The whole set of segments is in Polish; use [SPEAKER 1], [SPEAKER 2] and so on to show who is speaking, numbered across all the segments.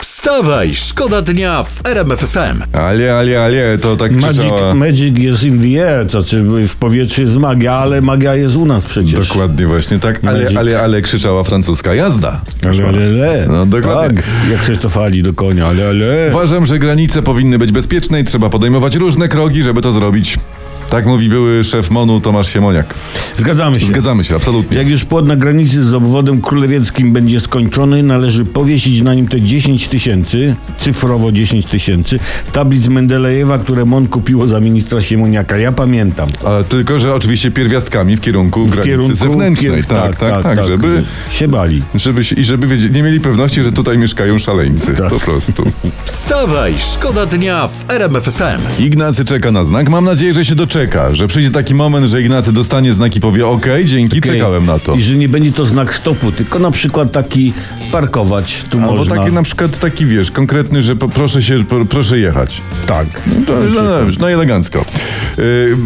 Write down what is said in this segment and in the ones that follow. [SPEAKER 1] Wstawaj, szkoda dnia w RMF FM.
[SPEAKER 2] Alie, alie, alie, to tak
[SPEAKER 3] Magic,
[SPEAKER 2] krzyczała.
[SPEAKER 3] magic jest in the air, to znaczy w powietrzu jest magia, ale magia jest u nas przecież.
[SPEAKER 2] Dokładnie właśnie, tak,
[SPEAKER 3] Magic.
[SPEAKER 2] ale, ale, ale krzyczała francuska jazda.
[SPEAKER 3] Ale, ale, ale.
[SPEAKER 2] No, dokładnie.
[SPEAKER 3] Tak, jak Krzysztof Ali do konia, ale, ale.
[SPEAKER 2] Uważam, że granice powinny być bezpieczne i trzeba podejmować różne kroki, żeby to zrobić. Tak mówi były szef MONU Tomasz Siemoniak.
[SPEAKER 3] Zgadzamy się.
[SPEAKER 2] Zgadzamy się, absolutnie.
[SPEAKER 3] Jak już płot na granicy z obwodem królewieckim będzie skończony, należy powiesić na nim te 10 tysięcy, cyfrowo 10 tysięcy, tablic Mendelejewa, które MON kupiło za ministra Siemoniaka. Ja pamiętam.
[SPEAKER 2] Ale tylko, że oczywiście pierwiastkami w kierunku granicy zewnętrznej.
[SPEAKER 3] kier-
[SPEAKER 2] tak, tak, tak, żeby,
[SPEAKER 3] się bali.
[SPEAKER 2] żeby się, i żeby wiedzieć, nie mieli pewności, że tutaj mieszkają szaleńcy.
[SPEAKER 3] Tak.
[SPEAKER 2] Po prostu.
[SPEAKER 1] Wstawaj, szkoda dnia w RMF FM.
[SPEAKER 2] Ignacy czeka na znak. Mam nadzieję, że się doczeka, że przyjdzie taki moment, że Ignacy dostanie znak i powie okej, dzięki, czekałem na to.
[SPEAKER 3] I że nie będzie to znak stopu, tylko na przykład taki parkować tu
[SPEAKER 2] Albo
[SPEAKER 3] można.
[SPEAKER 2] No, taki na przykład taki wiesz, konkretny, że po, proszę się, po, proszę jechać.
[SPEAKER 3] Tak.
[SPEAKER 2] No, no, no, no elegancko.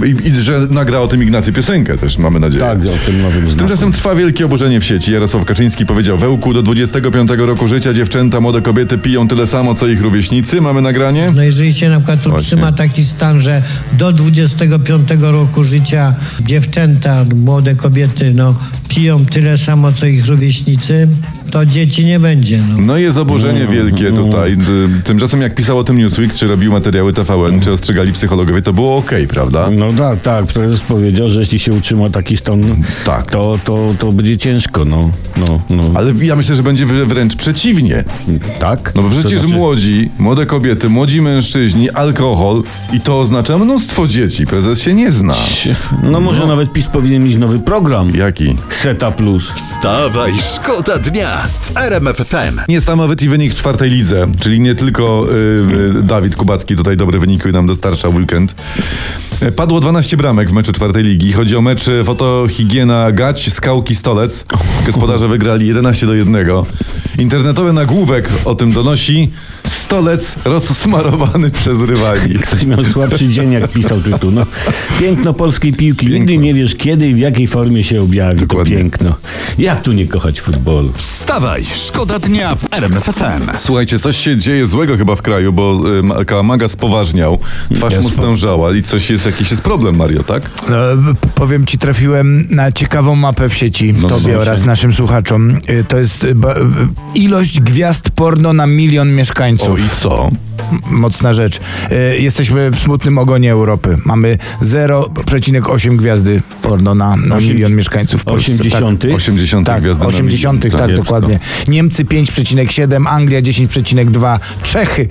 [SPEAKER 2] Yy, I, I że nagra o tym Ignacy piosenkę też, mamy nadzieję.
[SPEAKER 3] Tak, o tym nowym znaku.
[SPEAKER 2] Tymczasem trwa wielkie oburzenie w sieci. Jarosław Kaczyński powiedział, Wełku, do 25 roku życia dziewczęta, młode kobiety piją tyle samo, co ich rówieśnicy. Mamy nagranie?
[SPEAKER 4] No jeżeli się na przykład utrzyma taki stan, że do 25 roku życia dziewczęta, młode kobiety, no piją tyle samo co ich rówieśnicy, to dzieci nie będzie. No.
[SPEAKER 2] No i jest oburzenie wielkie tutaj. Y, Tymczasem jak pisał o tym Newsweek, czy robił materiały TVN, czy ostrzegali psychologowie, to było okej, prawda?
[SPEAKER 3] No tak, tak. Prezes powiedział, że jeśli się utrzyma taki stan,
[SPEAKER 2] Tak.
[SPEAKER 3] to, to, to będzie ciężko. No, no, no.
[SPEAKER 2] Ale ja myślę, że będzie wrę- wręcz przeciwnie.
[SPEAKER 3] tak?
[SPEAKER 2] No bo
[SPEAKER 3] To
[SPEAKER 2] przecież
[SPEAKER 3] znaczy-
[SPEAKER 2] młodzi, młode kobiety, młodzi mężczyźni, alkohol i to oznacza mnóstwo dzieci. Prezes się nie zna.
[SPEAKER 3] No może nawet PiS powinien mieć nowy program.
[SPEAKER 2] Jaki?
[SPEAKER 3] Seta Plus.
[SPEAKER 1] Wstawaj, szkoda dnia w RMF FM.
[SPEAKER 2] Niesamowity wynik w czwartej lidze, czyli nie tylko y, y, Dawid Kubacki tutaj dobre wyniki nam dostarczał w weekend. E, Padło 12 bramek w meczu czwartej ligi. Chodzi o mecz e, Fotohigiena Gać, Skałki Stolec. Gospodarze wygrali 11 do 1. Internetowy nagłówek o tym donosi Stolec rozsmarowany przez rywali.
[SPEAKER 3] Ktoś miał słabszy dzień, jak pisał tytuł. No, piękno polskiej piłki. Nigdy
[SPEAKER 2] Piękno.
[SPEAKER 3] nie wiesz, kiedy i w jakiej formie się objawi
[SPEAKER 2] Dokładnie.
[SPEAKER 3] to piękno. Jak tu nie kochać futbolu?
[SPEAKER 1] Wstawaj, szkoda dnia w RMF FM.
[SPEAKER 2] Słuchajcie, coś się dzieje złego chyba w kraju, bo y, Ma- Kałamaga spoważniał, twarz mu stężała i coś jest, jakiś jest problem, Mario, tak?
[SPEAKER 5] No, p- powiem ci, trafiłem na ciekawą mapę w sieci tobie
[SPEAKER 2] słuchaj.
[SPEAKER 5] oraz naszym słuchaczom. Y, To jest y, ba- y, ilość gwiazd porno na milion mieszkańców.
[SPEAKER 2] O i co?
[SPEAKER 5] M- Mocna rzecz. Y, Jesteśmy w smutnym ogonie Europy. Mamy 0,8 gwiazdy porno na, na
[SPEAKER 3] Osiem-
[SPEAKER 5] milion mieszkańców w Polsce. Tak.
[SPEAKER 3] 80.
[SPEAKER 2] 80
[SPEAKER 5] Tak,
[SPEAKER 2] gwiazdy na
[SPEAKER 5] 80,
[SPEAKER 2] milion.
[SPEAKER 5] tak, dokładnie. Niemcy 5,7, Anglia 10,2, Czechy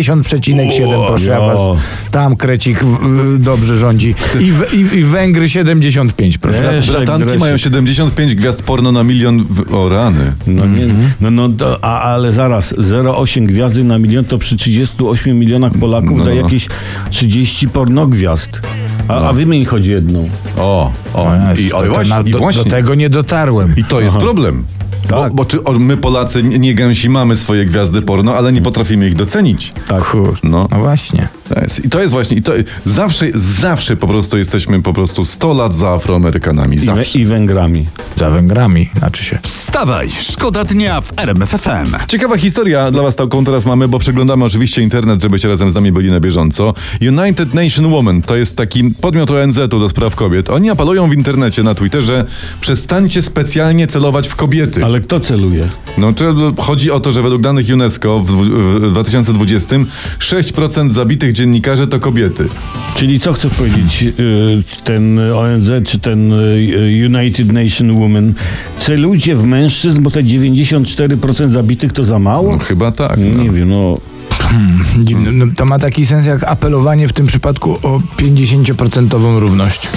[SPEAKER 5] 70,7, proszę ja
[SPEAKER 3] ja.
[SPEAKER 5] was. Tam Krecik w- dobrze rządzi. I, w, i, i Węgry 75, proszę.
[SPEAKER 3] Nie. Leszek,
[SPEAKER 2] Bratanki
[SPEAKER 3] Gresik.
[SPEAKER 2] mają 75 gwiazd porno na milion w... O rany.
[SPEAKER 3] No, nie,
[SPEAKER 2] Mhm.
[SPEAKER 3] no, no to, a, ale zaraz, 0,8 gwiazdy na milion to przy 38 milionach Polaków
[SPEAKER 2] No. No.
[SPEAKER 3] da jakieś 30 pornogwiazd. A, a wymień choć jedną.
[SPEAKER 2] O, o, i, o,
[SPEAKER 5] No To
[SPEAKER 2] właśnie,
[SPEAKER 5] na-
[SPEAKER 2] i
[SPEAKER 5] do,
[SPEAKER 2] właśnie.
[SPEAKER 5] do tego nie dotarłem.
[SPEAKER 2] I to jest problem. Bo,
[SPEAKER 3] Tak.
[SPEAKER 2] bo czy o, my Polacy nie nie gęsi mamy swoje gwiazdy porno, ale nie potrafimy ich docenić.
[SPEAKER 5] Tak. Kur,
[SPEAKER 2] No.
[SPEAKER 5] no. właśnie.
[SPEAKER 2] To jest- I to jest właśnie, i to zawsze, zawsze po prostu jesteśmy po prostu 100 lat za Afroamerykanami.
[SPEAKER 3] I,
[SPEAKER 2] Zawsze.
[SPEAKER 3] we, I Węgrami.
[SPEAKER 5] Za Węgrami, znaczy się.
[SPEAKER 1] Wstawaj, szkoda dnia w RMF FM.
[SPEAKER 2] Ciekawa historia dla Was taką teraz mamy, bo przeglądamy oczywiście internet, żebyście razem z nami byli na bieżąco. United Nation Women to jest taki podmiot ONZ-u do spraw kobiet. Oni apelują w internecie, na Twitterze, przestańcie specjalnie celować w kobiety.
[SPEAKER 3] Ale kto celuje?
[SPEAKER 2] No, czy chodzi o to, że według danych UNESCO w, dwu- w 2020 6% zabitych dziennikarzy to kobiety.
[SPEAKER 3] Czyli co chcesz powiedzieć, y, ten ONZ czy ten y, United Nation Women? Celujcie w mężczyzn, bo te 94% zabitych to za mało?
[SPEAKER 2] No, chyba tak. No.
[SPEAKER 3] Nie wiem, no.
[SPEAKER 2] Hmm.
[SPEAKER 5] Dziwne. No, to ma taki sens jak apelowanie w tym przypadku o 50% równość.